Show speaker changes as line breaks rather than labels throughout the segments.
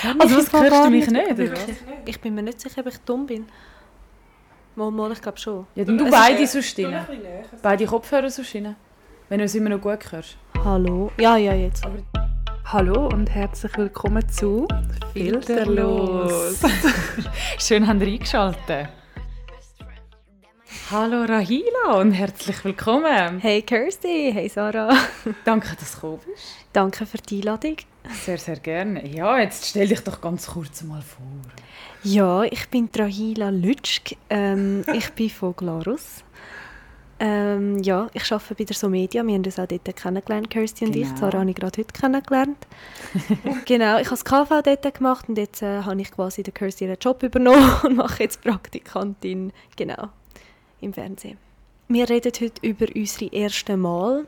kenne
Also
ich
was
im Fall
hörst du
gar
mich nicht, oder
wirklich. Ich bin mir nicht sicher, ob ich dumm bin. Mal, mal, ich glaube schon.
Ja, dann du
Es-
beide sonst
Du
rein.
ein bisschen näher.
Beide Kopfhörer sonst rein. Wenn du es immer noch gut hörst.
Hallo? Ja, ja, jetzt.
Hallo und herzlich willkommen zu Filterlos.
Schön, habt ihr eingeschaltet.
Hallo Rahila und herzlich willkommen.
Hey Kirsty, hey Sarah.
Danke, dass du gekommen bist.
Danke für die Einladung.
Sehr, sehr gerne. Ja, jetzt stell dich doch ganz kurz mal vor.
Ja, ich bin Trahila Lütschk. Ähm, ich bin von Glarus. Ähm, ja, ich arbeite bei der Somedia. Wir haben uns auch dort kennengelernt, Kirsty und ich.
Genau.
Sarah habe ich gerade heute kennengelernt. genau, ich habe das KV dort gemacht und jetzt äh, habe ich quasi den Kirsty ihren Job übernommen und mache jetzt Praktikantin, genau, im Fernsehen. Wir reden heute über unsere ersten Mal.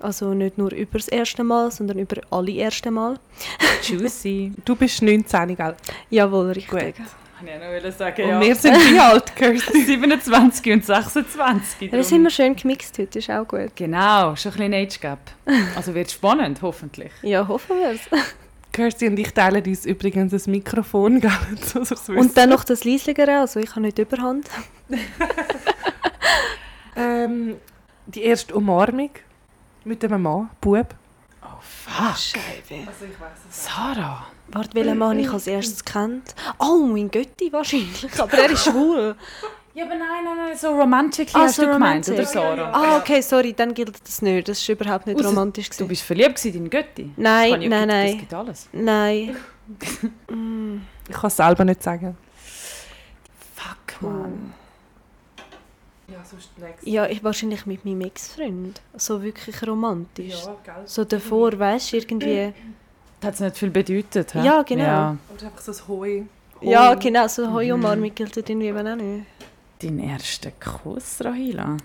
Also nicht nur über das erste Mal, sondern über alle ersten Mal.
Juicy.
Du bist 19, gell?
Jawohl, richtig.
Gut.
Kann ich auch noch sagen,
Und wir sind wie alt, Kirsty?
27 und 26.
Ja, das sind wir schön gemixt heute, ist auch gut.
Genau, schon ein bisschen Age Gap. Also wird spannend, hoffentlich.
Ja, hoffen wir es.
Kirsty und ich teilen uns übrigens ein Mikrofon, gell? So, so, so.
Und dann noch das Leisligere, also ich habe nicht überhand.
ähm, die erste Umarmung mit einem Mann, Bub.
Oh fuck.
Scheibe.
Also ich weiß es
Sarah.
Warte, welchen Mann ich als erstes kennt? Oh, mein Götti wahrscheinlich, aber er ist schwul.
Ja, aber nein, nein, nein, so romantic
Ah,
hast
so
du gemeint,
romantic.
oder Sarah?
Ah, okay, sorry, dann gilt das nicht. Das ist überhaupt nicht
Ausser-
romantisch.
Du
Gewesen.
bist verliebt gewesen in Götti?
Nein,
Kann
nein,
ja gut, Das
nein.
gibt alles.
Nein. Mm.
Ich kann es selber nicht sagen.
Fuck, Mann.
Ja, sonst next.
Ja, ich wahrscheinlich mit meinem Ex-Freund. So wirklich romantisch.
gell?
So davor, weißt du, irgendwie.
Das hat es nicht viel bedeutet, hä?
Ja, genau.
Und einfach so ein Heu.
Ja, genau, so Heu und Marmit gilt irgendwie eben auch nicht.
Dein erster Kuss, Rahila.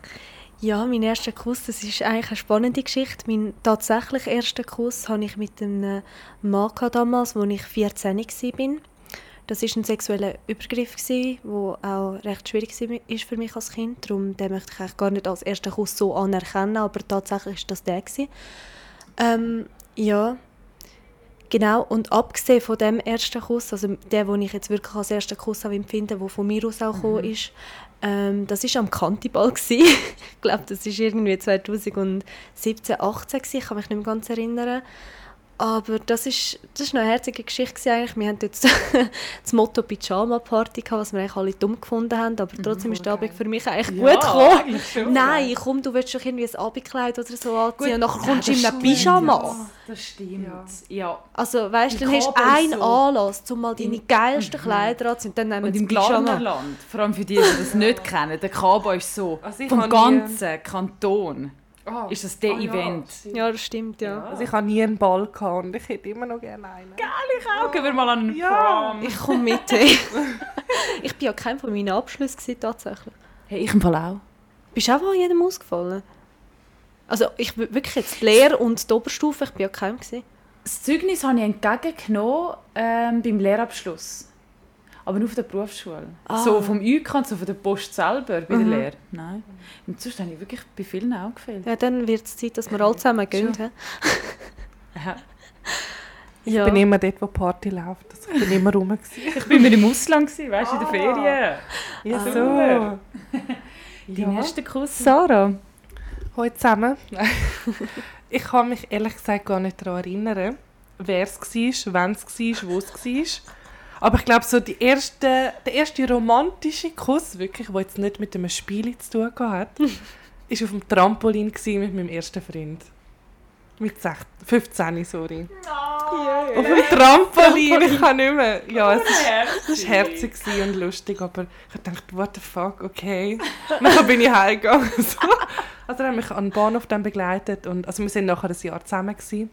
Ja, mein erster Kuss, das ist eigentlich eine spannende Geschichte. Mein tatsächlich erster Kuss hatte ich mit einem Mann gehabt damals, als ich 14 war. Das war ein sexueller Übergriff, der auch recht schwierig war ist für mich als Kind. Darum den möchte ich eigentlich gar nicht als ersten Kuss so anerkennen, aber tatsächlich war das der. gewesen. Ähm, ja, genau. Und abgesehen von dem ersten Kuss, also der, den ich jetzt wirklich als ersten Kuss auch empfinde, der von mir aus auch gekommen ist, ähm, das war am Kantiball. gewesen. ich glaube, das war irgendwie 2017, 18 gewesen. Ich kann mich nicht mehr ganz erinnern. Aber das ist, das ist noch eine herzige Geschichte gewesen eigentlich. Wir haben jetzt das Motto Pyjama Party gehabt, was wir eigentlich alle dumm gefunden haben, aber trotzdem ist der Abend für mich eigentlich gut gekommen. Nein, komm, du willst doch irgendwie ein Abendkleid oder so anziehen und nachher kommst du in einem Pyjama.
Das stimmt. Ja.
Also weißt du, dann
Im
hast du
Kabel
einen
so.
Anlass, um mal deine geilsten Kleider anzuziehen, dann nehmen
Und
wir
im
das Pyjama.
Glarnerland, vor allem für die, die das nicht kennen, der Cowboy ist so
Also ich
vom
habe
ganzen Kanton
Ah.
ist das der
Ah, ja,
Event.
stimmt.
Ja, das stimmt, ja.
Also ich habe nie einen Ball gehabt und ich hätte immer noch gerne einen.
Ja, gehen wir mal an einen
Ja.
Prom.
Ich komme mit, hey. Ich bin ja kein von meinen Abschlüssen gewesen, tatsächlich.
Hey, ich im Fall auch.
Bist du auch mal jedem ausgefallen? Also ich bin wirklich jetzt die Lehre und die Oberstufe, ich bin ja kein gewesen.
Das Zeugnis habe ich entgegengenommen ähm, beim Lehrabschluss. Aber nur auf der Berufsschule.
Ah.
So vom Einkauf, so von der Post selber bei
Mhm.
der Lehre. Nein. Und sonst habe ich wirklich bei vielen auch gefehlt.
Ja, dann wird es Zeit, dass wir alle zusammen gehen. hä?
Ja.
Ja.
Ich bin immer dort, wo die Party läuft. Also ich bin immer rum. gewesen.
Ich war immer im Ausland, gewesen, weißt
Ah.
du, in der Ferien.
Ja,
Ah.
so.
Dein
Ja.
erster Kuss, Sarah.
Hallo zusammen. ich kann mich ehrlich gesagt gar nicht daran erinnern, wer es war, wann es war, wo es war. Aber ich glaube, so die erste, der erste romantische Kuss, wirklich, der jetzt nicht mit einem Spiel zu tun gehabt hat, war auf dem Trampolin gewesen mit meinem ersten Freund. Mit 16, 15, sorry. Auf dem Trampolin, ich kann nicht mehr.
Oh,
Ja, es ist es war herzig gewesen und lustig, aber ich habe gedacht, what the fuck, okay. Und dann bin ich heimgegangen. So. Also er hat mich an den Bahnhof dann begleitet und also wir sind nachher ein Jahr zusammen gewesen.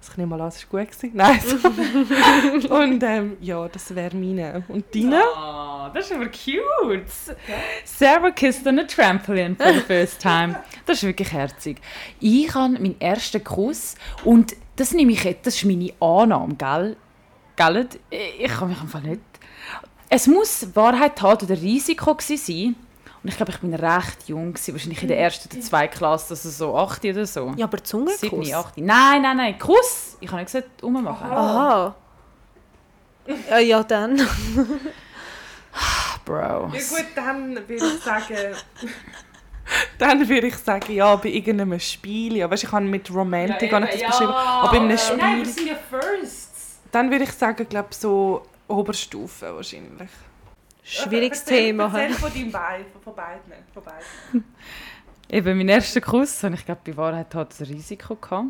Das kann ich mal an, es war gut. Gewesen. Nein, so. Und ähm, ja, das wäre meine. Und deine?
Ah, das ist aber cute. Sarah kissed on a trampoline for the first time. Das ist wirklich herzig. Ich habe meinen ersten Kuss und das nehme ich jetzt, das ist meine Annahme, gell? gell? Ich kann mich einfach nicht... Es muss Wahrheit, Tat oder Risiko gewesen sein. Und ich glaube, ich bin recht jung, gewesen, wahrscheinlich in
Mhm.
der ersten oder zweiten Klasse, also so 8 oder so.
Ja, aber Zungenkuss.
7, 8. Nein, nein, nein, Kuss! Ich habe nicht gesagt, ummachen.
Aha. Äh, ja, dann.
Bro.
Ja gut, dann würde ich sagen... Dann würde ich sagen, ja, bei irgendeinem Spiel. Ja, weißt, ich habe mit Romantic ja, das beschrieben. Aber in einem Spiel...
Nein, wir sind ja Firsts.
Dann würde ich sagen, glaube so Oberstufe wahrscheinlich.
Schwieriges Thema.
Erzähl von deinem Bein, von, von beiden. Von beiden.
Eben, mein erster Kuss, und ich glaube, bei Wahrheit hat es ein Risiko gehabt.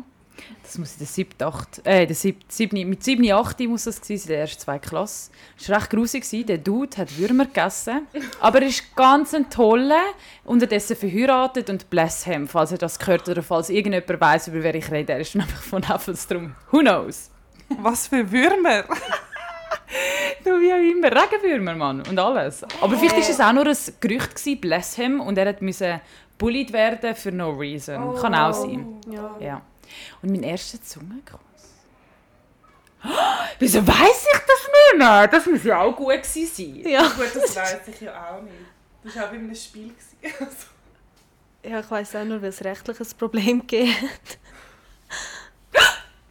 Das muss in der 7., 8., äh, in der 7., 7., mit 7, 8 muss das gewesen, sein, in der ersten zwei Klasse. Es war recht grusig, gewesen. der Dude hat Würmer gegessen, aber er ist ganz ein toller, unterdessen verheiratet und bless him, falls er das gehört oder falls irgendjemand weiß über wer ich rede, er ist einfach von Appelstrom. Who knows?
Was für Würmer!
Du, wie auch immer, Regenwürmer, Mann, und alles. Aber vielleicht war es auch nur ein Gerücht, gewesen, bless him, und er musste bullied werden for no reason.
Oh.
Kann auch sein.
Ja.
Ja. Und mein erster Zungenkuss. Wieso weiß ich das nicht? Das muss ja auch gut gewesen sein.
Ja,
Gut, das weiß ich ja auch nicht. Das war auch bei einem Spiel. gewesen. Also,
ja ich weiss auch nur, weil es rechtlich ein Problem gegeben hat.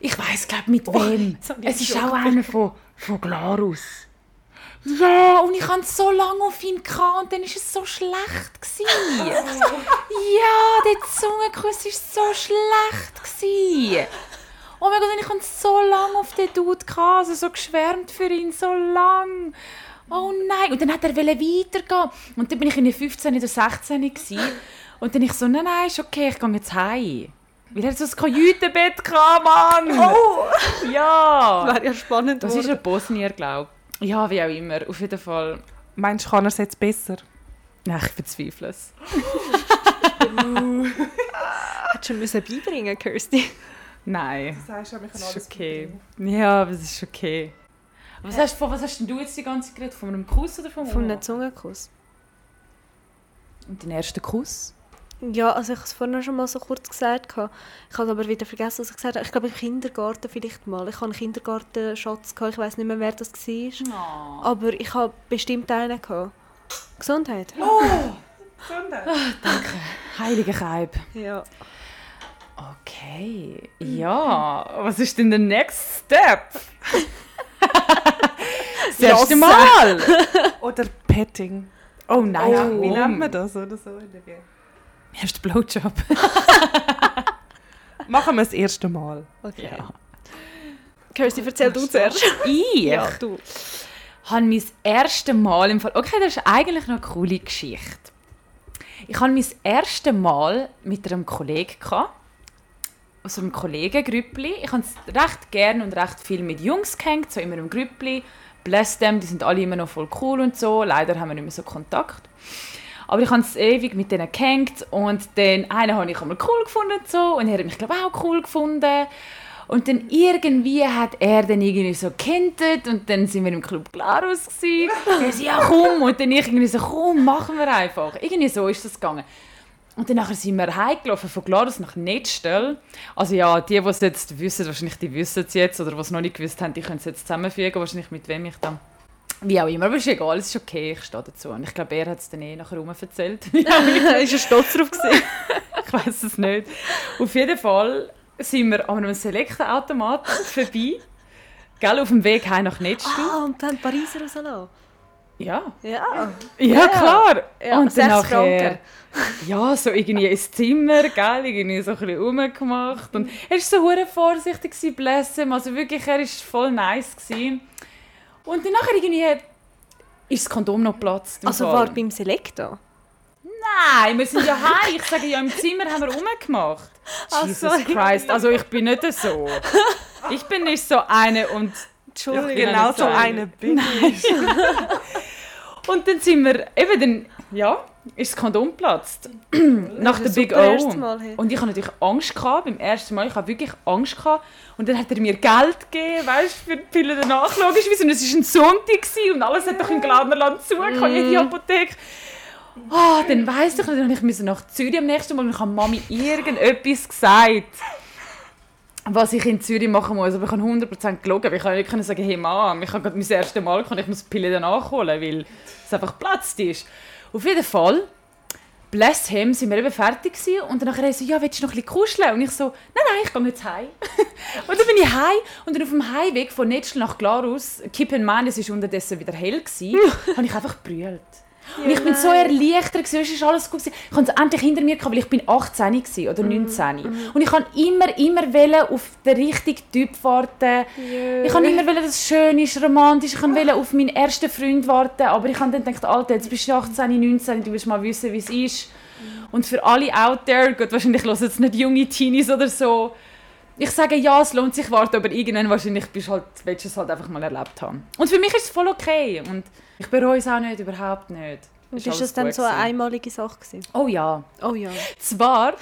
Ich weiß glaub mit wem.
jetzt hab ich
es ist
einen
auch einer von, von Glarus. Ja, und ich hatte so lange auf ihn gehabt, und dann war es so schlecht. Gewesen. ja, der Zungenkuss war so schlecht. Gewesen. Oh mein Gott, und ich hatte so lange auf den Dude, gehabt, also so geschwärmt für ihn, so lang. Oh nein, und dann hat er wollte weitergehen. Und dann bin ich in 15 oder 16 gewesen. Und dann ich so, nein, nein, ist okay, ich gehe jetzt heim. Weil er so ein Kajütenbett hatte, Mann! Oh! Ja!
Wäre ja spannend
Das ist
geworden.
ein Bosnier, glaube ich. Ja, wie auch immer. Auf jeden Fall.
Meinst du, kann er es jetzt besser?
Nein, ich verzweifle es. Uh.
Hättest du ihm müssen beibringen Kirsty.
Nein,
Das heißt, ich kann
das
alles
ist okay. Ja, aber es ist okay. Was hast, von was hast denn du jetzt die ganze Zeit geredet? Von einem Kuss oder von
Von einem Zungenkuss.
Und deinen ersten Kuss?
Ja, also ich habe es vorhin schon mal so kurz gesagt. gehabt. Ich habe aber wieder vergessen, was ich gesagt habe. Ich glaube, im Kindergarten vielleicht mal. Ich hatte einen Kindergartenschatz. gehabt. Ich weiß nicht mehr, wer das war.
Oh.
Aber ich habe bestimmt einen. Gehabt. Gesundheit.
Gesundheit.
Heilige Kreib.
Ja.
Okay. Ja, was ist denn der next step? das erste Mal!
Oder Petting.
Oh nein,
ja, wie
warum?
nennt man das? Oder so? in der Gegend?
Erst Blowjob.
Machen wir das erste Mal.
Okay. Kirsty, erzähl du zuerst.
Ich
du.
habe mein erstes Mal im Fall. Okay, das ist eigentlich noch eine coole Geschichte. Ich habe mein erstes Mal mit einem Kollegen gehabt, aus einem Kollegengrüppli. Ich habe es recht gern und recht viel mit Jungs gehängt, so immer im Grüppli. Bless them, die sind alle immer noch voll cool und so. Leider haben wir nicht mehr so Kontakt. Aber ich habe es ewig mit denen gehängt und den einen habe ich einmal cool gefunden und so und er hat mich glaube auch cool gefunden. Und dann irgendwie hat er dann irgendwie so gekantet und dann sind wir im Club Glarus gsi. Er so, ja komm und dann ich irgendwie so komm machen wir einfach. Irgendwie so ist das gegangen. Und dann nachher sind wir heimgelaufen von Glarus nach Netzstell. Also ja, die, die es jetzt wissen, wahrscheinlich die wissen es jetzt oder die es noch nicht gewusst haben, die können es jetzt zusammenfügen, wahrscheinlich mit wem ich dann wie auch immer, aber ist egal, es ist okay, ich stehe dazu. Und ich glaube, er hat es dann eh nachher rum erzählt.
ist er stolz drauf gewesen?
ich weiß es nicht. Auf jeden Fall sind wir an einem Selektenautomat vorbei. Gell, auf dem Weg heim nach Netzstuhl.
ah, und dann Pariser Salat.
Ja.
Ja.
Ja, klar.
Ja,
und dann
sechs
nachher, ja, so irgendwie ins Zimmer, gell, irgendwie so ein bisschen rumgemacht. Und er war so hure vorsichtig, gewesen, bless him. Also wirklich, er war voll nice. Gewesen. Und dann nachher irgendwie ist das Kondom noch geplatzt. im
Also
Fall.
war beim Selecto.
Nein, wir sind ja heim. Ich sage ja, im Zimmer haben wir rumgemacht.
Ah,
Jesus
sorry.
Christ, also ich bin nicht so. Ich bin nicht so eine und...
Entschuldigung.
Genau so eine bin ich.
Und dann sind wir, eben dann, ja, ist das Kondom geplatzt. Nach der
Das ist
Big
super,
O.
erstes Mal, hey.
Und ich hatte natürlich Angst gehabt, beim ersten Mal. Ich habe wirklich Angst gehabt. Und dann hat er mir Geld gegeben, weißt du, für die Pille danach, logischerweise. Und es war ein Sonntag gewesen und alles hat doch im Glanerland zu, ich habe jede Apotheke. Ah, dann weiss ich, noch, dann musste ich nach Zürich am nächsten Mal und ich habe Mami irgendetwas gesagt, was ich in Zürich machen muss. Aber ich habe 100% gelogen, weil ich konnte nicht können sagen, hey Mom, ich habe gerade mein erstes Mal gehabt, ich muss die Pille danach holen, weil es einfach geplatzt ist. Auf jeden Fall bless him, sind wir eben fertig gewesen. Und dann haben sie so, ja, willst du noch ein bisschen kuscheln? Und ich so, nein, nein, ich gehe jetzt heim. und dann bin ich heim und dann auf dem Heimweg von Netschl nach Glarus, keep in mind, es war unterdessen wieder hell, gewesen, habe ich einfach brüllt. Und ich bin so erleichtert, gewesen, weisst du, es ist alles gut. Gewesen. Ich konnte es endlich hinter mir, gehabt, weil ich bin 18 gewesen, oder 19. Und ich kann immer, immer wollen, auf den richtigen Typ warten. Ich kann immer wollen, dass es schön ist, romantisch. Ich kann wollen, auf meinen ersten Freund warten. Aber ich habe dann gedacht, Alter, jetzt bist du 18, 19, du willst mal wissen, wie es ist. Und für alle out there, gut, wahrscheinlich hören jetzt nicht junge Teenies oder so. Ich sage ja, es lohnt sich warten, aber irgendwann wahrscheinlich bist du halt, willst du es halt einfach mal erlebt haben. Und für mich ist es voll okay. Und ich bereue es auch nicht, überhaupt nicht.
Und
alles
ist das dann
gut
so eine
gewesen.
einmalige Sache gewesen?
Oh ja.
Oh ja.
Zwar.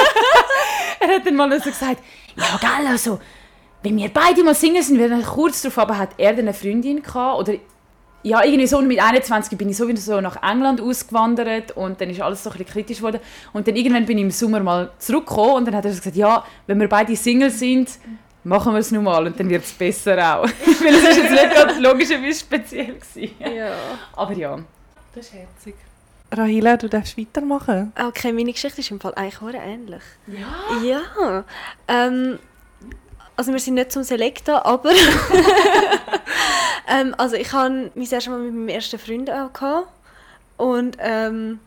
er hat dann mal so gesagt, ja geil, also, wenn wir beide mal singen sind, wir dann kurz darauf, aber hat er dann eine Freundin gehabt oder ja, irgendwie so und mit 21 bin ich sowieso nach England ausgewandert und dann ist alles so ein bisschen kritisch geworden. Und dann irgendwann bin ich im Sommer mal zurückgekommen und dann hat er so gesagt, ja, wenn wir beide Single sind, machen wir es nun mal und dann wird es besser auch. Weil es ist jetzt nicht gerade logischerweise speziell gewesen.
Ja.
Aber ja.
Das ist herzig. Rahila, du darfst weitermachen.
Okay, meine Geschichte ist im Fall eigentlich sehr ähnlich. Ja? Ja. Ähm, also wir sind nicht zum Selekta, aber... ähm, also ich habe mein erstes Mal mit meinem ersten Freund auch. Gehabt. Und ähm,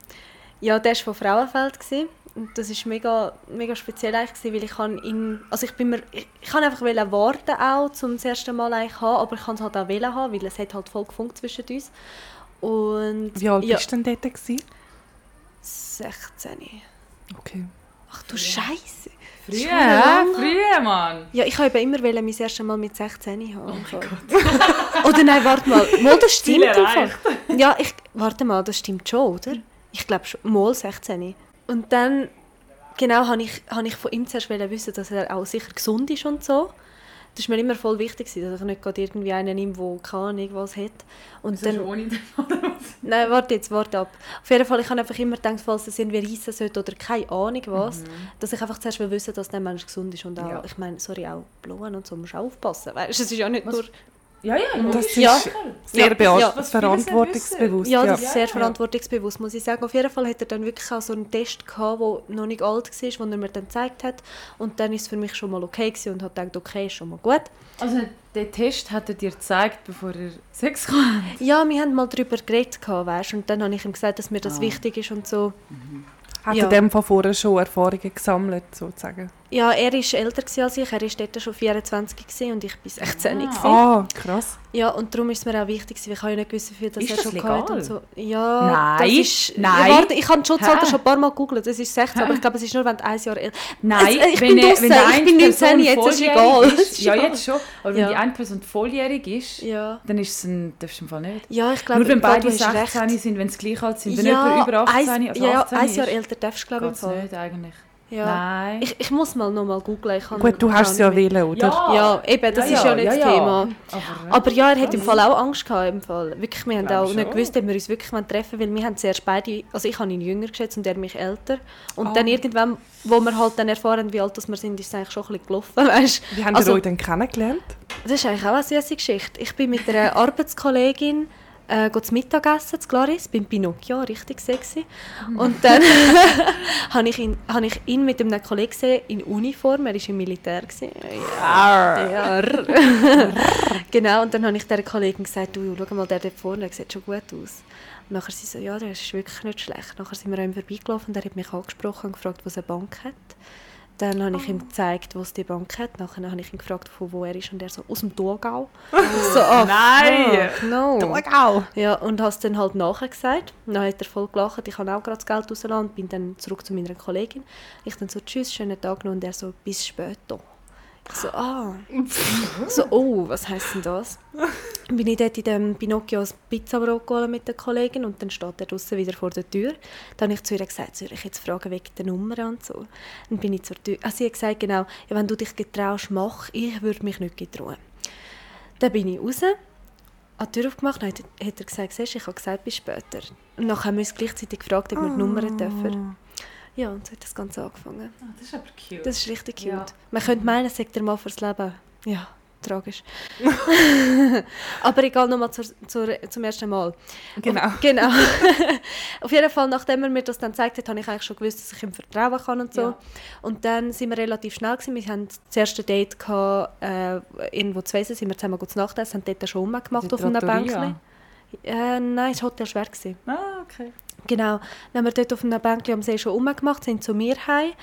ja, der war von Frauenfeld. Gewesen. Und das war mega, mega speziell eigentlich, gewesen, weil ich kann ihn... Also ich bin mir... Ich, ich kann einfach wollen warten auch, zum das erste Mal eigentlich haben, aber ich kann es halt auch wollen haben, weil es hat halt voll gefunkt zwischen uns. Und...
Wie alt
ja,
bist du denn dort? Gewesen?
16.
Okay.
Ach du Scheiße.
Früher,
lang.
früher, Mann.
Ja, ich wollte eben immer wollen, mein erstes Mal mit 16 haben. Oh mein Gott. oder nein, warte mal. Mal, das
Ziel
stimmt im Fall. Ja, ich, warte mal, das stimmt schon, oder? Ich glaube schon, mal 16. Und dann, genau, habe ich, habe ich von ihm zuerst wollen wissen, dass er auch sicher gesund ist und so. Das war mir immer voll wichtig, gewesen, dass ich nicht gerade irgendwie einen nehme, der keine Ahnung was hat. Und dann,
ohne
Nein, warte jetzt, warte ab. Auf jeden Fall, ich habe einfach immer gedacht, falls es irgendwie reissen sollte oder keine Ahnung was,
Mhm.
dass ich einfach zuerst will wissen dass der Mensch gesund ist und auch,
Ja.
ich meine, sorry, auch Blauen und so musst du auch aufpassen. Weißt du, es ist ja nicht nur...
Ja, ja, logisch.
Das ist
Ja.
sehr
Ja,
beant-
ja.
Was verantwortungsbewusst.
Ja, das
ja.
ist sehr verantwortungsbewusst, muss ich sagen. Auf jeden Fall hat er dann wirklich auch so einen Test gehabt, der noch nicht alt war, den er mir dann gezeigt hat. Und dann ist es für mich schon mal okay gewesen und hat gedacht, okay, ist schon mal gut.
Also, den Test hat er dir gezeigt, bevor er Sex hatte.
Ja, wir haben mal darüber geredet, gehabt, weißt du, und dann habe ich ihm gesagt, dass mir das
Ah.
wichtig ist und so.
Hat
Ja.
er dem von vorher schon Erfahrungen gesammelt, sozusagen?
Ja, er war älter gewesen als ich, er war dort schon 24 gewesen und ich war 16. gewesen.
Ah, krass.
Ja, und darum ist es mir auch wichtig, gewesen, weil ich habe ja nicht gewusst, wie viel das
Ist
er
das
schon
legal?
gehabt hat und so. Ja,
Nein,
das ist,
nein.
Ja, warte, ich habe die Schutzalter
Hä?
schon ein paar Mal gegoogelt, es ist 16, aber ich glaube, es ist nur, wenn du ein Jahr älter
Nein,
Es- Also, ich
wenn
bin
er-
draussen,
wenn die
ich
eine
bin
Person
19, jetzt ist
volljährig
egal.
Ist, ja, jetzt schon. Aber wenn
Ja.
die eine Person volljährig ist,
Ja.
dann ist es ein, darfst du im Fall nicht.
Ja, ich glaube,
Nur wenn
im Fall, du
beide
hast
16
recht.
sind, wenn sie gleich alt sind. Wenn
ja,
jemand über 18,
ein,
also
ja,
18
ein Jahr
ist,
älter darfst du, glaube ich, im
geht's
Fall.
nicht eigentlich.
Ja.
Nein.
Ich, ich muss mal nochmal googeln. ich kann-
Gut, du hast es ja
kann nicht
wählen, oder?
mehr.
Ah,
Ja, eben, das ist ja nicht das Thema.
Aber,
Aber ja, er hat im Fall auch Angst gehabt, im Fall. Wirklich, wir haben
Glaub
auch nicht
schon.
gewusst, ob wir uns wirklich treffen wollen, weil wir haben zuerst beide, also ich habe ihn jünger geschätzt und er mich älter. Und
Oh.
dann irgendwann, wo wir halt dann erfahren, wie alt das wir sind, ist es eigentlich schon ein bisschen gelaufen, weißt
Wie habt ihr
Also-
euch denn kennengelernt?
Das ist eigentlich auch eine süße Geschichte. Ich bin mit einer Arbeitskollegin äh, go zu Mittagessen zu Glaris, beim Pinocchio, richtig sexy.
Mhm.
Und dann habe ich, ihn- habe ich ihn mit einem Kollegen gesehen, in Uniform, er war im Militär. gewesen. Ja. Ja. genau, und dann habe ich der Kollegin gesagt, du, schau mal, der dort vorne, der sieht schon gut aus. Und nachher sie so, ja, der ist wirklich nicht schlecht. Nachher sind wir an ihm vorbeigelaufen und er hat mich angesprochen und gefragt, was eine Bank hat. Dann habe ich ihm gezeigt, was die Bank hat. Nachher habe ich ihn gefragt, von wo er ist und er so, aus dem Thurgau. Ich so, ah,
Nein!
fuck, no.
Wow.
Ja, und habe es dann halt nachher gesagt. Dann hat er voll gelacht, ich habe auch gerade das Geld rausgelassen und bin dann zurück zu meiner Kollegin. Ich dann so, tschüss, schönen Tag noch und er so, bis später. Ich so, ah. so, oh, was heisst denn das? Dann bin ich dort in dem Pinocchio ein Pizzabrot geholt mit der Kollegin und dann steht er draussen wieder vor der Tür. Dann habe ich zu ihr gesagt, soll ich jetzt fragen wegen der Nummer und so. Dann bin ich zur Tür. Ah, sie hat gesagt, genau, ja, wenn du dich getraust, mach, ich würde mich nicht getrauen. Dann bin ich raus, an die Tür aufgemacht und hat, hat er gesagt, siehst du, ich habe gesagt, bis später. Und dann haben wir uns gleichzeitig gefragt, ob wir die
Ah.
Nummer dürfen. Ja, und so hat das Ganze angefangen.
Das ist aber cute.
Das ist richtig cute.
Ja.
Man könnte meinen, sagt der Mann fürs Leben. Ja, tragisch. Aber egal, nochmal zur, zur, zum ersten Mal.
Genau.
Auf, genau. Auf jeden Fall, nachdem er mir das dann gezeigt hat, habe ich eigentlich schon gewusst, dass ich ihm vertrauen kann und so.
Ja.
Und dann sind wir relativ schnell gewesen. Wir haben das erste Date gehabt, äh, irgendwo zu Wesen, sind wir zusammen gut zu Nacht essen, haben dort schon
Die
gemacht auf einer
Trattoria.
Bänkchen. Äh, nein, das Hotel war schwer. Gewesen.
Ah, okay.
Genau, dann haben wir dort auf einer Bänkli am See schon rumgemacht, sind zu mir heim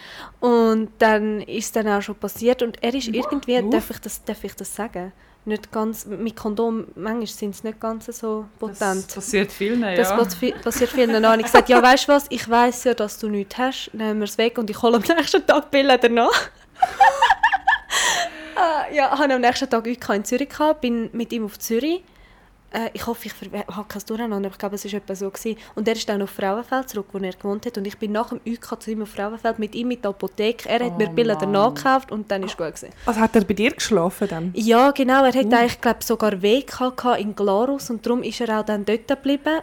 und dann ist es dann auch schon passiert und er ist irgendwie,
uff.
darf ich, das, darf ich das sagen, nicht ganz, mit Kondom, manchmal sind es nicht ganz so
Das
potent.
passiert vielen, ja.
Das, passi- passiert vielen noch. Und Ich gesagt, ja weißt du was, ich weiss ja, dass du nichts hast, nehmen wir es weg und ich hole am nächsten Tag die Bilder danach. äh, ja, habe am nächsten Tag UK in Zürich gehabt, bin mit ihm auf Zürich. Äh, ich hoffe, ich verwe- habe kein Durcheinander, aber ich glaube, es war etwa so. Gewesen. Und er ist dann auf Frauenfeld zurück, wo er gewohnt hat. Und ich bin nach dem UK zu ihm auf Frauenfeld mit ihm in der Apotheke. Er hat mir
Oh
die Bilder
Mann.
danach gekauft und dann ist es gut. Gewesen.
Also hat er bei dir geschlafen dann?
Ja, genau. Er hat eigentlich glaub, sogar Weg gehabt in Glarus und darum ist er auch dann dort geblieben.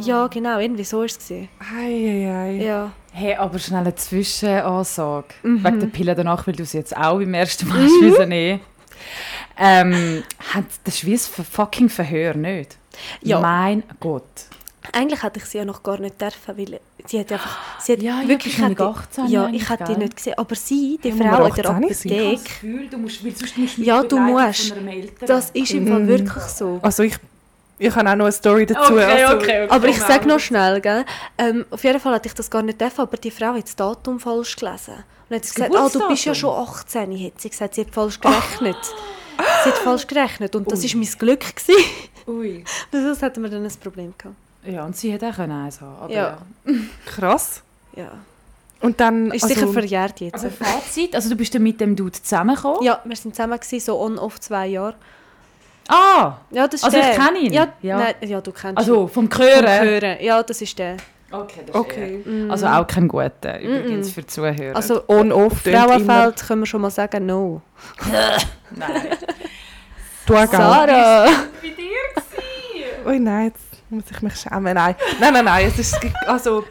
Ja, genau. Irgendwie so war es. gewesen.
Eieiei.
Ja.
Hey, aber schnell eine Zwischenansage. Wegen der Pille danach, weil du sie jetzt auch beim ersten Mal hast müssen nehmen. Ähm, hat- das ist wie ein Ver- fucking Verhör, nicht?
Ja.
Mein Gott.
Eigentlich hätte ich sie ja noch gar nicht dürfen, weil sie hat einfach... Sie hat
Ja, ja,
wirklich
bist du nicht
hätte-
18
Ja,
eigentlich,
ich hätte die
gell?
nicht gesehen. Aber sie, die
Ja, muss man
Frau in der
18 sein?
Apotheke,
Gefühl, du musst, weil sonst musst
Ja, du musst. das ist im Fall wirklich so.
Also ich, ich habe auch noch eine Story dazu.
Okay,
also,
okay, okay.
Aber ich sage noch schnell, gell? Ähm, auf jeden Fall hätte ich das gar nicht dürfen, aber die Frau hat das Datum falsch gelesen. Und hat sie gesagt, ah, du bist ja schon 18, hat sie gesagt. Sie hat falsch gerechnet. Sie hat falsch gerechnet und das war mein Glück. Gewesen.
Ui.
Weil Sonst hätten wir dann ein Problem gehabt.
Ja, und sie hätte auch können eins haben aber
Ja.
ja.
Krass.
Ja.
Und dann...
Ist
also,
sicher verjährt jetzt.
Also Fazit, also du bist dann mit dem Dude zusammengekommen?
ja, wir sind zusammen gewesen, so on-off zwei Jahre.
Ah,
Ja, das ist
Also ich
der.
kenn ihn.
Ja,
Ja.
Nein, ja, du kennst ihn.
also vom
Vom
Gehören.
Hören. Ja, das ist der.
Okay, das
Okay.
er. Also auch kein guter, übrigens
Mm-mm.
für die Zuhörer.
Also
On-off.
Frauenfeld können wir schon mal sagen, no.
Nein.
Du auch, gell?
Sarah!
Ui, nein, jetzt muss ich mich schämen. Nein, nein, nein, nein es, ist, also,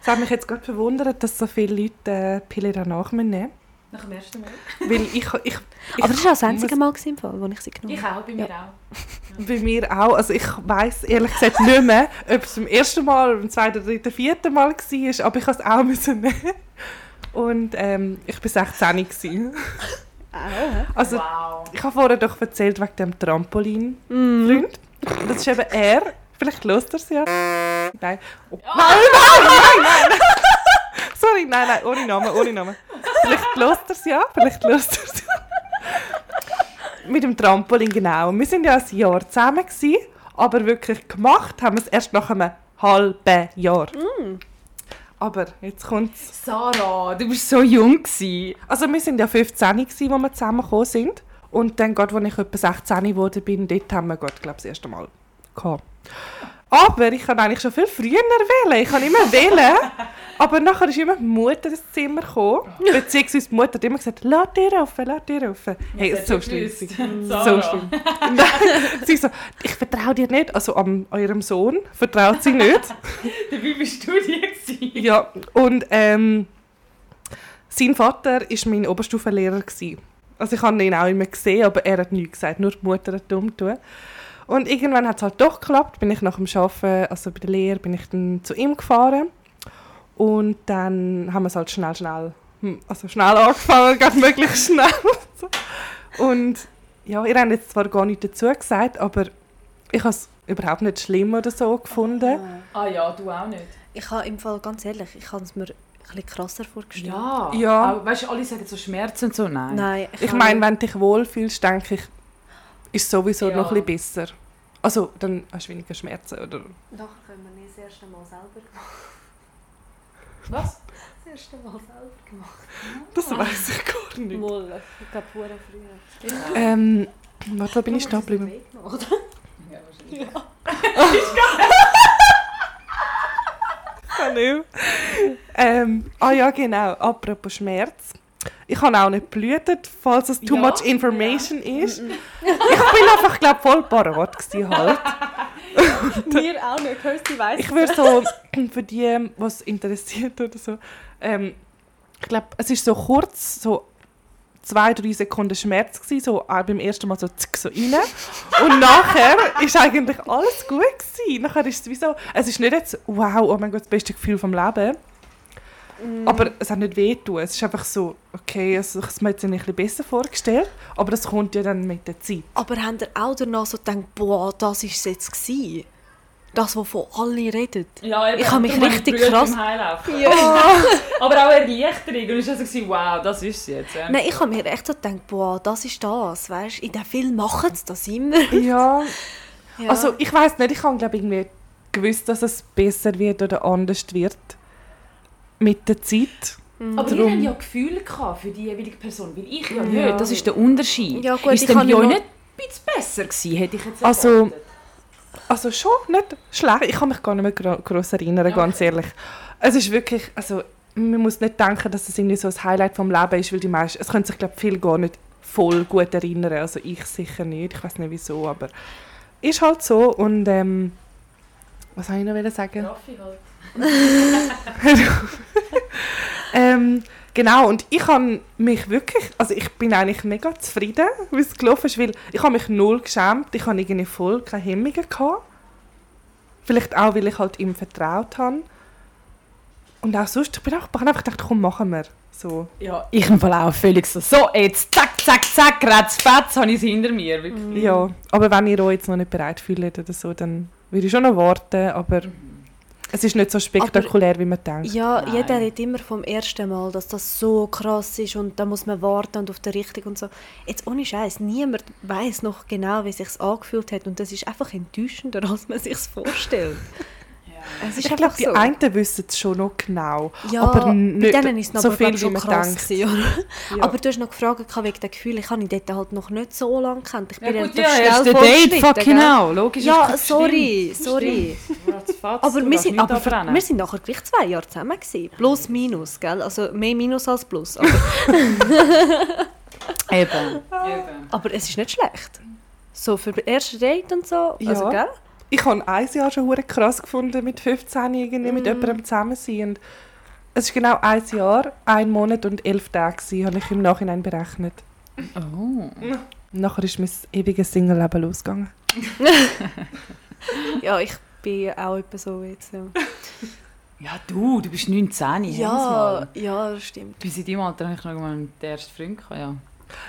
es hat mich jetzt gerade verwundert, dass so viele Leute äh, die Pille danach nehmen müssen.
Nach dem ersten Mal.
Weil ich, ich, ich
Aber das war auch das einzige Mal, gewesen, im Fall, wo ich sie genommen
Ich auch, bei mir auch.
Bei mir auch. Also ich weiß ehrlich gesagt nicht mehr, ob es beim ersten Mal, beim zweiten, dritten, vierten Mal war, aber ich musste es auch müssen nehmen. Und ähm, ich war 16 gewesen.
habe.
Also
Wow.
ich habe vorher doch erzählt wegen dem Trampolin. Freund. Das ist eben er. Vielleicht hört er es ja. Nein. Oh. Nein, nein, nein, nein. Sorry, nein, nein, ohne Namen, ohne Namen. Vielleicht hört er es ja, vielleicht hört er es ja. Mit dem Trampolin, genau. Wir sind ja ein Jahr zusammen, gewesen, aber wirklich gemacht haben wir es erst nach einem halben Jahr. Aber jetzt kommt's.
Sarah, du bist so jung gsi.
Also wir sind ja 15, gewesen, wo wir zusammengekommen sind. Und dann, gerade, als ich etwa 16 geworden bin, dort haben wir, Gott, glaube ich, das erste Mal gehabt. Aber ich kann eigentlich schon viel früher wählen. Ich kann immer wählen. Aber nachher ist immer die Mutter ins Zimmer gekommen. Beziehungsweise die Mutter hat immer gesagt, lass dir offen, lass dir offen. Hey, ist so schlimm. So schlimm. Nein, sie so, ich vertraue dir nicht. Also an eurem Sohn vertraut sie nicht.
Dabei bist du die gewesen.
Ja, und ähm, sein Vater war mein Oberstufenlehrer. gsi. Also ich habe ihn auch immer gesehen, aber er hat nichts gesagt, nur die Mutter hat dumm tun. Und irgendwann hat es halt doch geklappt, bin ich nach dem Arbeiten, also bei der Lehre, bin ich dann zu ihm gefahren. Und dann haben wir es halt schnell, schnell, hm, also schnell angefangen, gerade möglichst schnell. So. Und ja, ihr habt jetzt zwar gar nichts dazu gesagt, aber ich habe es überhaupt nicht schlimm oder so gefunden.
Ah ja, du auch nicht.
Ich habe im Fall, ganz ehrlich, ich habe es mir ein bisschen krasser vorgestellt.
Ja.
Ja.
Auch, weißt du, alle sagen so Schmerzen und so. Nein.
Nein,
Ich
habe-
meine, wenn du dich wohlfühlst, denke ich, ist sowieso
Ja.
noch ein bisschen besser. Also, dann hast du weniger Schmerzen, oder?
Nachher können wir nie das erste Mal selber gemacht.
Was?
Das erste Mal selber gemacht.
Das weiß ich gar nicht.
Moll, ich glaube, vorher früher.
Ähm, warte, wo bin ich stehen geblieben? Hallo. ähm, ah ja, genau. Apropos Schmerz. Ich habe auch nicht blutet, falls es too
Ja,
much information ist. Ich bin einfach, glaube voll parat gewesen halt.
Mir auch nicht, hörst du, weiss.
Ich würde so, für die, was interessiert oder so, ähm, ich glaube, es ist so kurz, so zwei, drei Sekunden Schmerz, gewesen, so auch beim ersten Mal so zick so rein. Und nachher ist eigentlich alles gut gewesen. Nachher ist es wie so, es ist nicht jetzt, wow, oh mein Gott, das beste Gefühl vom Leben. Aber es hat nicht wehgetan. Es ist einfach so, okay, es ich hab's mir jetzt ein bisschen besser vorgestellt, aber das kommt ja dann mit der Zeit.
Aber habt ihr auch danach so gedacht, boah, das war es jetzt? Gewesen? Das, wovon alle reden?
Ja, eben,
Ich habe mich
darum habe
richtig
gebrüllt
krass-
beim Heilaufen.
Oh.
Aber auch Erleichterung. Und ich war so, wow, das ist es jetzt. Ja.
Nein, ich habe mir echt so gedacht, boah, das ist das, weißt? In den Film machen sie das immer.
Ja,
Ja.
also ich weiß nicht, ich habe glaube irgendwie gewusst, dass es besser wird oder anders wird mit der Zeit.
Aber
Drum.
wir haben ja Gefühle gehabt für die jeweilige Person, weil ich ja,
Ja.
nicht.
Das ist der Unterschied.
Ja, gut,
ist
ich
dem
kann
ja
nur-
nicht ein bisschen besser gewesen, hätte ich jetzt
Also,
erwartet.
Also schon nicht schlecht. Ich kann mich gar nicht mehr gro gross erinnern, ganz ehrlich. Es ist wirklich, also man muss nicht denken, dass es irgendwie so ein Highlight vom Leben ist, weil die meisten, es können sich glaube viele gar nicht voll gut erinnern. Also ich sicher nicht. Ich weiß nicht wieso, aber ist halt so. Und ähm, was wollte ich noch sagen?
Raffi halt.
Ähm, genau, und ich habe mich wirklich, also ich bin eigentlich mega zufrieden, wie es gelaufen ist, weil ich habe mich null geschämt, ich habe irgendwie voll keine Hemmungen gehabt. Vielleicht auch, weil ich halt ihm vertraut habe. Und auch sonst, ich bin auch, ich habe einfach gedacht, komm, machen wir. So.
Ja, ich im Fall auch völlig so. So, jetzt zack, zack, zack, ratzfatz, habe ich es hinter mir. wirklich.
Mhm.
Ja, aber wenn ihr euch jetzt noch nicht bereit fühlt oder so, dann würde ich schon noch warten, aber es ist nicht so spektakulär, wie man denkt.
Ja,
Nein.
jeder redet immer vom ersten Mal, dass das so krass ist und da muss man warten und auf der Richtung und so. Jetzt ohne Scheiß, niemand weiß noch genau, wie sich's angefühlt hat und das ist einfach enttäuschender, als man sich's vorstellt. Es ist
Ich glaube,
einfach
die
so.
einen wissen es schon noch genau.
ja,
aber
bei
nicht
denen ist es
so
aber,
viel,
glaub,
wie
schon
man
krass
denkt.
Gewesen, oder?
Ja.
Aber du hast noch gefragt gehabt wegen dem Gefühl, ich habe ihn dort halt noch nicht so lange kennt. Ich
Ja,
bin
gut,
relativ
ja, erste
schnell fortgeschritten,
Date, fucking
gell?
hell. Logisch, ist
Ja,
kein-
sorry, sorry. Aber, wir sind, aber für, wir sind nachher gleich zwei Jahre zusammen. Gewesen. Plus, minus, gell? Also mehr Minus als Plus. Aber,
Eben.
Eben.
aber es ist nicht schlecht. So für das erste Date und so.
Ja.
Also, gell?
ich habe ein Jahr schon hure krass gefunden mit 15 irgendwie mit jemandem zusammen sein und es ist genau ein Jahr, ein Monat und elf Tage gewesen, habe ich im Nachhinein berechnet.
Oh.
Nachher ist mein ewiges Single-Leben losgegangen.
Ja, ich bin auch etwa so jetzt. Ja,
Ja, du, du bist 19.
ja, ja das stimmt.
Bis in deinem Alter habe ich noch mal den ersten Freund gehabt, ja.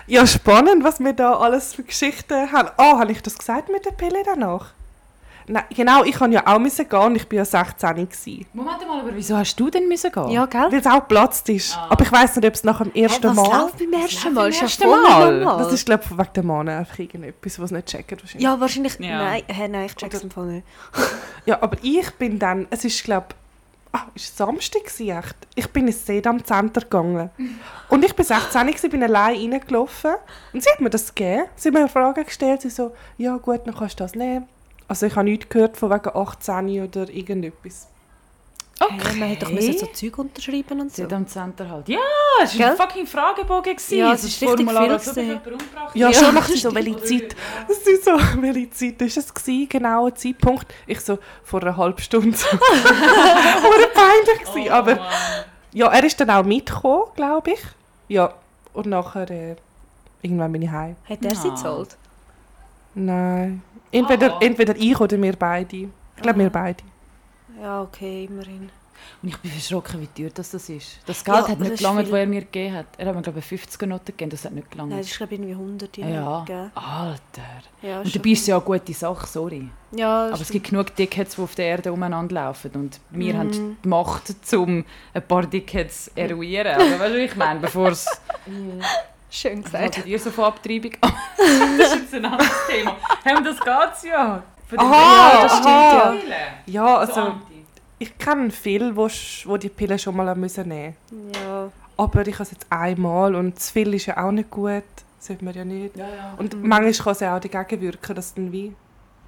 Ja, spannend, was wir da alles für Geschichten haben. Ah, habe ich das gesagt mit der Pille danach? Nein, genau, ich habe ja auch müssen gehen und ich bin ja 16 gewesen,
Moment mal, aber wieso hast du denn müssen gehen?
Ja, gell?
weil es auch geplatzt ist.
Ah.
Aber ich weiß nicht, ob es nach dem ersten
Was
Mal...
läuft beim
läuft
ersten Mal?
beim
Ist ja
ersten
voll
Mal?
normal.
Das ist, glaube ich, wegen dem Mann einfach irgendetwas, was nicht checken wahrscheinlich.
ja, wahrscheinlich.
Ja.
Nein, hä, nein, ich check's im Fall nicht.
Ja, aber ich bin dann, es ist glaube ah, ist Samstag gewesen, echt. Ich bin ins Sedam Center gegangen. Und ich bin 16, ich bin allein reingelaufen. Und sie hat mir das gegeben. Sie hat mir Fragen gestellt, sie so, ja gut, dann kannst du das nehmen. Also ich habe nichts gehört von wegen 18 oder irgendetwas.
Hä, man hätte doch müssen so Zeug unterschreiben und so.
Dort am Center halt. Ja, es war
Gell?
ein fucking Fragebogen. gewesen.
Ja, es
Es
ist
war ein
richtig
Formular,
viel
als ob ich
gewesen.
jemanden umgebracht
Ja,
Ja,
schon nach so,
stimmt.
welche Zeit, sie so, welche Zeit ist es gewesen, genau, Zeitpunkt. Ich so, vor einer halben Stunde. Oder peinlich gewesen,
Oh,
aber...
Mann.
Ja, er ist dann auch mitgekommen, glaube ich. Ja, und nachher äh, irgendwann bin ich heim.
Hat er sie
Ah.
gezahlt?
Nein. Entweder,
Ah.
entweder ich oder wir beide. Ich glaube, wir beide.
Ja, okay, immerhin.
Und ich bin erschrocken, wie teuer das, das ist. Das Geld
Ja,
hat
das
nicht
ist
gelangt,
viel.
was er mir gegeben hat. Er hat mir, glaube ich, 50er Noten gegeben, das hat nicht gelangt.
Nein, das ist, glaube ich, irgendwie 100
ja,
Gell?
Alter.
Ja,
Und
schon.
dabei ist es ja eine gute Sache, sorry.
Ja,
Aber es
stimmt. Mhm.
gibt genug Dickheads, die auf der Erde umeinander laufen. Und wir haben die Macht, um ein paar Dickheads zu eruieren. Also, weißt du, was ich meine, bevor es.
Mhm.
schön
Was
gesagt.
haltet ihr so von Abtreibung? das ist jetzt ein anderes Thema. Hey, um das geht's ja. Von den
Aha,
Willen.
das stimmt, Ah, ja.
Willen.
Ja,
Ah.
So
also
anti.
ich kenne viele, wo, sch- wo die Pille schon mal haben müssen nehmen
Ja.
Aber ich habe es jetzt einmal und zu viel ist ja auch nicht gut. Das sollte man ja nicht.
Ja, ja.
Und manchmal kann es ja auch dagegen wirken, dass du dann wie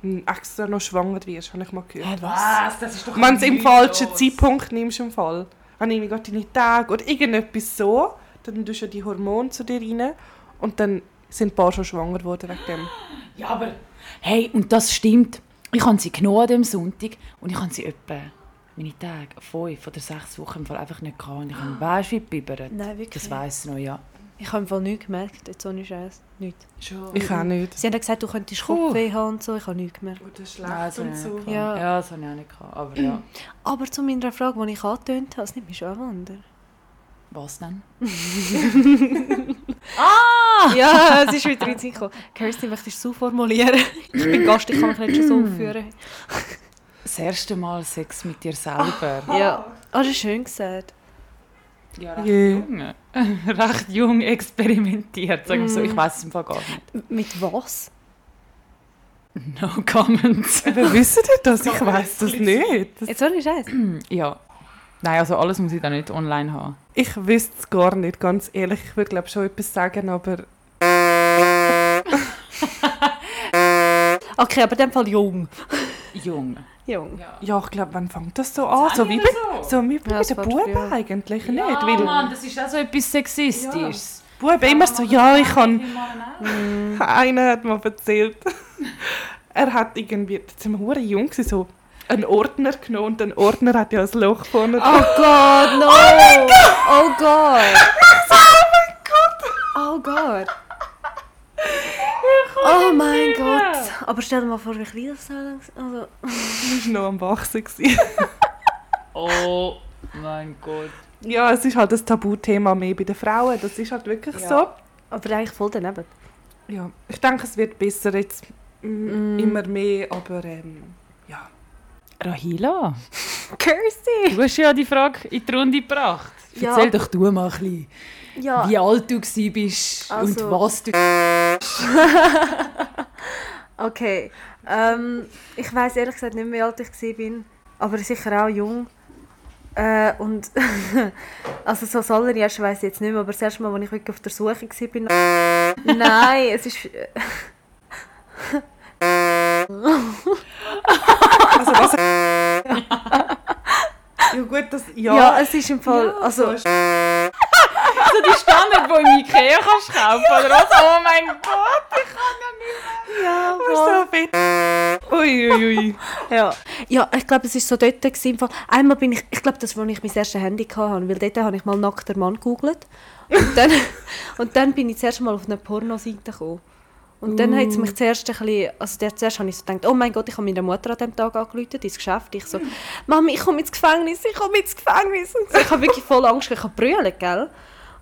mm, extra noch schwanger wirst, habe ich mal gehört.
Äh,
Was? Das ist doch
Wenn du es im
nichts
falschen
los.
Zeitpunkt nimmst, im Fall. Wenn irgendwie gerade deine Tage oder irgendetwas so, dann tust du ja die Hormone zu dir rein und dann sind ein paar schon schwanger geworden wegen dem.
Ja, aber
Hey, und das stimmt. Ich habe sie genommen an diesem Sonntag und ich habe sie etwa meine Tage, fünf oder sechs Wochen im Fall einfach nicht gehabt. Und ich habe, weißt du, wie bibbert.
Nein, wirklich
Das weiss ich noch, ja.
Ich habe im Fall nichts gemerkt, jetzt ohne Scheiß. Nichts.
Schon.
Ich auch nicht.
Sie haben ja gesagt, du könntest
Puh.
Kopfweh haben und so, ich habe nichts gemerkt.
Oder
Nein,
Also,
schlecht
das habe ich
und
auch
so.
nicht gehabt.
Ja.
ja, das habe ich auch nicht gehabt. Aber ja.
Aber zu meiner Frage, die ich angetönt habe, es nimmt mich schon ein Wunder.
Was denn?
Ah.
Ja, es ist wieder ins Gekommen. Kirsty, möchtest du es so formulieren? Ich bin Gast, ich kann mich nicht schon
Mm.
so aufführen.
Das erste Mal Sex mit dir selber.
Ja. Ah, das ist schön gesagt.
Ja, recht
Yeah.
jung. recht jung experimentiert, sagen wir so. Ich weiß es im Fall gar nicht.
M- Mit was?
No comments.
Wer wisst ihr das? Ich weiß das nicht. Das-
Jetzt ohne Scheiß.
ja. Nein, also alles muss ich da nicht online haben.
Ich wüsste es gar nicht, ganz ehrlich. Ich würde glaube schon etwas sagen, aber
Okay, aber in dem Fall jung.
Jung.
Jung.
ja, ich glaube, wann fängt das so
Ah,
an? So wie, bei, so wie bei
Ja, es
den
fängt früh an.
Buben eigentlich, nicht?
Ja,
Weil
Mann, das ist auch so etwas Sexistisches.
Buben immer so, ja, ich kann...
kann...
Einer hat mir erzählt, er hat irgendwie, das sind wir jung, gewesen, so einen Ordner genommen und der Ordner hat ja ein Loch vorne.
Oh Gott, no! Oh Gott! Oh Gott! Oh mein Gott! Aber stell dir mal vor, wie klein das so langsam also,
Das war noch am Wachsen. gewesen.
Oh mein Gott.
ja, es ist halt ein Tabuthema mehr bei den Frauen, das ist halt wirklich
Ja.
Aber eigentlich voll daneben.
so. Ja, ich denke, es wird besser jetzt, m,
Mm.
immer mehr, aber ähm, ja.
Rahila,
Kirsty!
du hast ja die Frage in die Runde gebracht.
Ja.
Erzähl doch du mal ein bisschen,
Ja.
wie alt du gsi bist
Also-
und was du...
Okay. Ähm, ich weiß ehrlich gesagt nicht mehr, wie alt ich war, aber sicher auch jung. Äh, und also so das allererste weiss ich jetzt nicht mehr, aber das erste Mal, als ich wirklich auf der Suche war... Nein, es ist...
Also, was... ja gut, das...
Ja,
Ja,
es ist im Fall... also,
so-
So die Standard, die im Ikea kannst kaufen, oder was? Oh mein Gott!
ja,
aber so fit. Ui, ui, ui.
ja. ja, ich glaube, es war so dort. Gewesen, im Fall. Einmal bin ich... Ich glaube, das war, als ich mein erstes Handy hatte, weil dort habe ich mal nackter Mann gegoogelt. Und dann, und dann bin ich das erste Mal auf eine Pornoseite gekommen. Und dann hat es mich zuerst ein bisschen, also der- zuerst habe ich so gedacht, oh mein Gott, ich habe meiner Mutter an diesem Tag angerufen, ins Geschäft. Ich so, Mami, ich komme ins Gefängnis, ich komme ins Gefängnis. Und so, ich habe wirklich voll Angst, gehabt, ich habe brüllen, gell?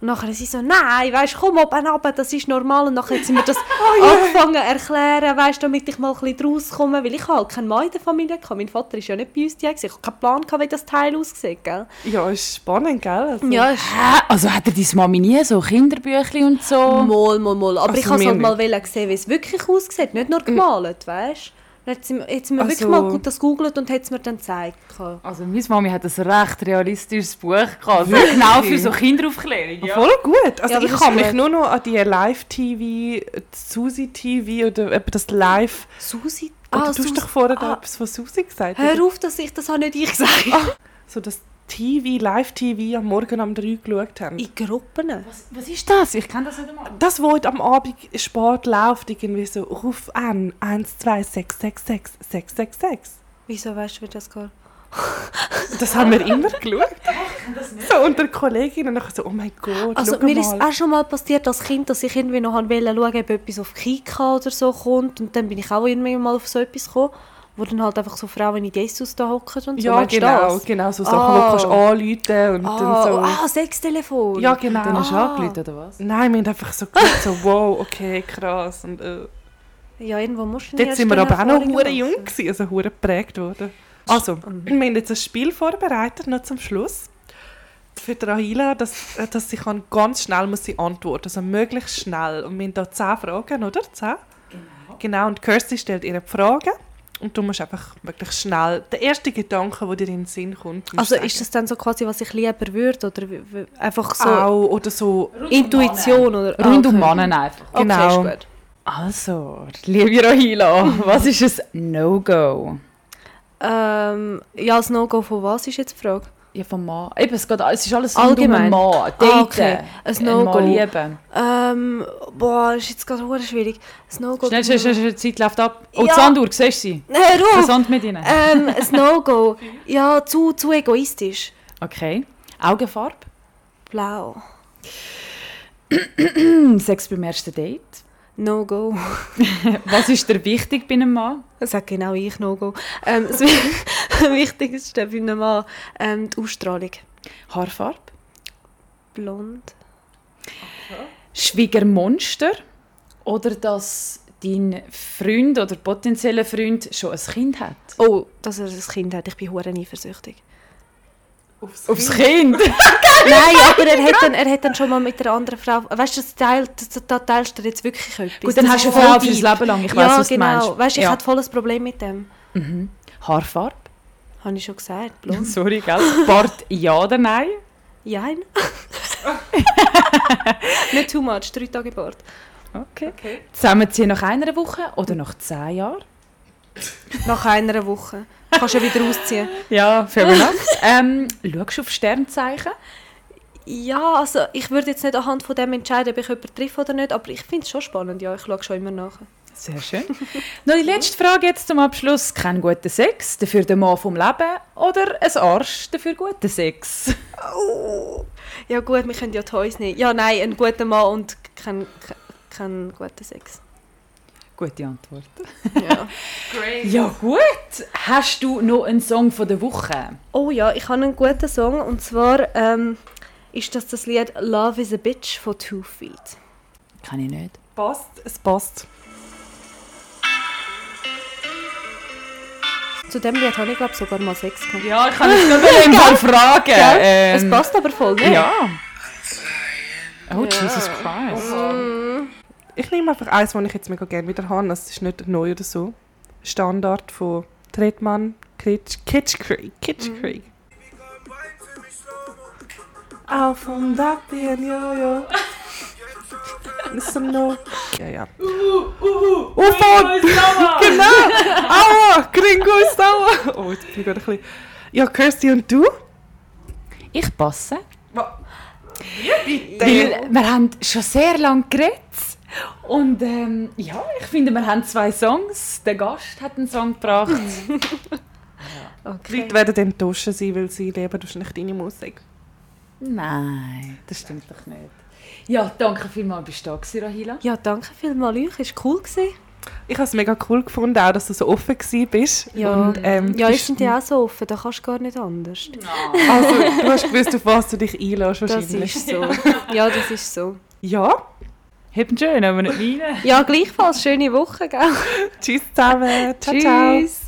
Und nachher sie so, nein, weißt, komm oben runter, das ist normal. Und nachher hat sie mir das angefangen zu erklären, weißt, damit ich mal ein bisschen rauskomme, weil ich habe halt keinen Mann in der Familie hatte. Mein Vater war ja nicht bei uns, die ich habe keinen Plan, gehabt, wie das Teil aussieht, gell?
Ja, ist spannend, gell? Also,
Ja, ist
Hä? Also hat er deine Mami nie so Kinderbüchli und so?
Mal, mal, mal. Aber
Also
ich wollte
mir
halt mal wollen sehen, wie es wirklich aussieht. Nicht nur gemalt, weißt du? Dann hat sie mir hat sie mir wirklich
Also-
mal gut das googelt und hat es mir dann gezeigt. gehabt.
Also meine Mami hat ein recht realistisches Buch gehabt. Also genau für so Kinderaufklärung, ja.
Voll gut. Also
Ja, aber
ich
das
kann
ist
mich
gut.
nur noch an die Live-TV, äh, Susi-TV oder eben das Live...
Susi?
oder du
Ah, Susi-
hast doch vorher
ah,
da etwas von Susi gesagt. oder?
Hör auf, dass ich das habe nicht ich gesagt
So das TV, Live-TV am Morgen um 3 geschaut haben.
In Gruppen?
Was, was ist das? Ich kenne das nicht einmal.
Das, was heute am Abend Sport läuft, irgendwie so, ruf an, 1, 2, 6, 6, 6, 6, 6, 6.
Wieso weißt du, wie das geht?
Das haben wir immer geschaut. So unter Kolleginnen und nachher so, oh mein Gott,
Also
schau
mir ist
mal.
auch schon mal passiert als Kind, dass ich irgendwie noch wollte schauen, ob etwas auf Kika oder so kommt. Und dann bin ich auch irgendwann mal auf so etwas gekommen, wo dann halt einfach so Frauen in Jesus da hocken und so.
ja,
Meinst du
genau,
das?
genau, so
Ah.
Sachen, wo du kannst anrufen und
Ah,
dann so.
ah, Sextelefon.
ja, genau.
Dann hast du
Ah.
angerufen, oder was?
Nein, wir haben einfach so gedacht, so, wow, okay, krass. Und, äh,
Ja, irgendwo musst du die
dort sind wir
ersten
aber auch noch
Erfahrungen
hure jung,
machen.
gewesen, also hure geprägt worden. Also, wir haben jetzt ein Spiel vorbereitet, noch zum Schluss. Für die Rahila, dass, äh, dass sie kann ganz schnell muss sie antworten also möglichst schnell. Und wir haben da zehn Fragen, oder? Zehn? Genau. Genau, und Kirsty stellt ihre Fragen und du musst einfach möglichst schnell den ersten Gedanken, der dir in den Sinn kommt, musst
Also
sagen.
ist das dann so quasi, was ich lieber würde? Oder wie- wie- einfach so
Auch, oder so...
Intuition? Oder, Ah,
Rund um
okay.
Mannen einfach.
Okay,
Genau.
ist gut.
Also, liebe Rahila, was ist ein No-Go?
Ähm, ja, das No-Go von was ist jetzt die Frage?
Ja, vom Mann. Eben, es, geht, es ist alles
Allgemein.
rund um einen Mann. Daten.
Ah, okay.
Äh,
Ein
einen
No-Go.
Mann lieben.
Ähm, boah, ist jetzt gerade hure schwierig. Das No-Go...
Schnell, schnell, schnell, schnell, die Zeit läuft ab. Oh,
Ja.
die Sanduhr, siehst du sie?
Hör auf!
Versand mit ihnen.
Ähm, das No-Go. Ja, zu, zu egoistisch.
Okay. Augenfarbe?
Blau.
Sex Hm, beim ersten Date.
No go.
Was ist dir wichtig bei einem Mann?
Das sage genau ich, no go. Ähm, das Wi- Wichtigste bei einem Mann, ähm, die Ausstrahlung.
Haarfarbe.
Blond.
Schwiegermonster. Oder dass dein Freund oder potenzieller Freund schon ein Kind hat.
Oh, dass er ein Kind hat. Ich bin hure eifersüchtig.
Aufs,
Aufs Kind?
Nein, aber er hat, dann, er hat dann schon mal mit einer anderen Frau... Weißt du, das teilt, das, da teilst du dir jetzt wirklich etwas.
Gut, dann
Das
hast du
ist
eine Frau
voll
fürs
deep.
Leben lang. Ich
ja,
weiss, was
genau.
du meinst.
Weißt, ich
ja.
hatte voll ein Problem mit dem.
Haarfarbe?
Habe ich schon gesagt. Blond.
Sorry, gell? Bart ja oder nein?
Jein. Nicht too much. Drei Tage Bart.
Okay.
Okay.
Zusammenziehen nach einer Woche oder nach zehn Jahren?
Nach einer Woche. Kannst du ja wieder ausziehen.
Ja, fair enough. ähm, schaust du auf Sternzeichen?
Ja, also ich würde jetzt nicht anhand von dem entscheiden, ob ich jemanden treffe oder nicht, aber ich finde es schon spannend, ja, ich schaue schon immer nach.
Sehr schön. Noch die letzte Frage jetzt zum Abschluss. Kein guter Sex, dafür der Mann vom Leben oder ein Arsch, dafür guter Sex?
Ja gut, wir können ja Toys nehmen. Ja, nein, ein guter Mann und kein, kein, kein guter Sex.
Gute Antwort.
Ja.
Great.
Ja gut, hast du noch einen Song von der Woche?
oh ja, ich habe einen guten Song und zwar ähm, ist das das Lied «Love is a Bitch» von Two Feet.
Kann ich nicht.
Passt, es passt.
Zu dem Lied habe ich glaube sogar mal Sex gehabt.
Ja, ich kann es gerade noch einmal fragen.
Gell?
Ähm,
es passt aber voll, ne?
Ja. Oh, Jesus Christ.
Ich nehme einfach eins, das ich jetzt mega gerne wieder habe. Das ist nicht neu oder so. Standard von Tretmann, Kitsch, Kitschkrieg. Kitschkrieg. Auf und ab wie ein Jojo. Das ist ein No. Ja, ja. Uhu,
Oh,
Genau! Aua! Gringo ist sauer! Oh, jetzt bin ich gerade ein bisschen... Ja, Kirsty und du?
Ich passe.
Bitte!
Weil wir haben schon sehr lange geredet. Und ähm, ja, ich finde, wir haben zwei Songs. Der Gast hat einen Song gebracht.
Die
Okay.
Leute werden enttäuscht sein, weil sie leben wahrscheinlich deine Musik.
Nein, das stimmt doch nicht. Ja, danke vielmals, bist du da gewesen, Rahila.
Ja, danke vielmals euch, es war cool. Gewesen.
Ich habe es mega cool gefunden, auch, dass du so offen gewesen bist.
Ja.
Und, ähm,
Ja,
bist-
ich sind ja auch so offen, da kannst du gar nicht anders.
Also, du hast gewusst, auf was du dich einlässt,
Das
wahrscheinlich.
ist so. Ja, das ist so.
Ja,
Habt schön, aber nicht meine.
Ja, gleichfalls schöne Woche, gell?
tschüss zusammen. Ciao, ciao.
Tschüss.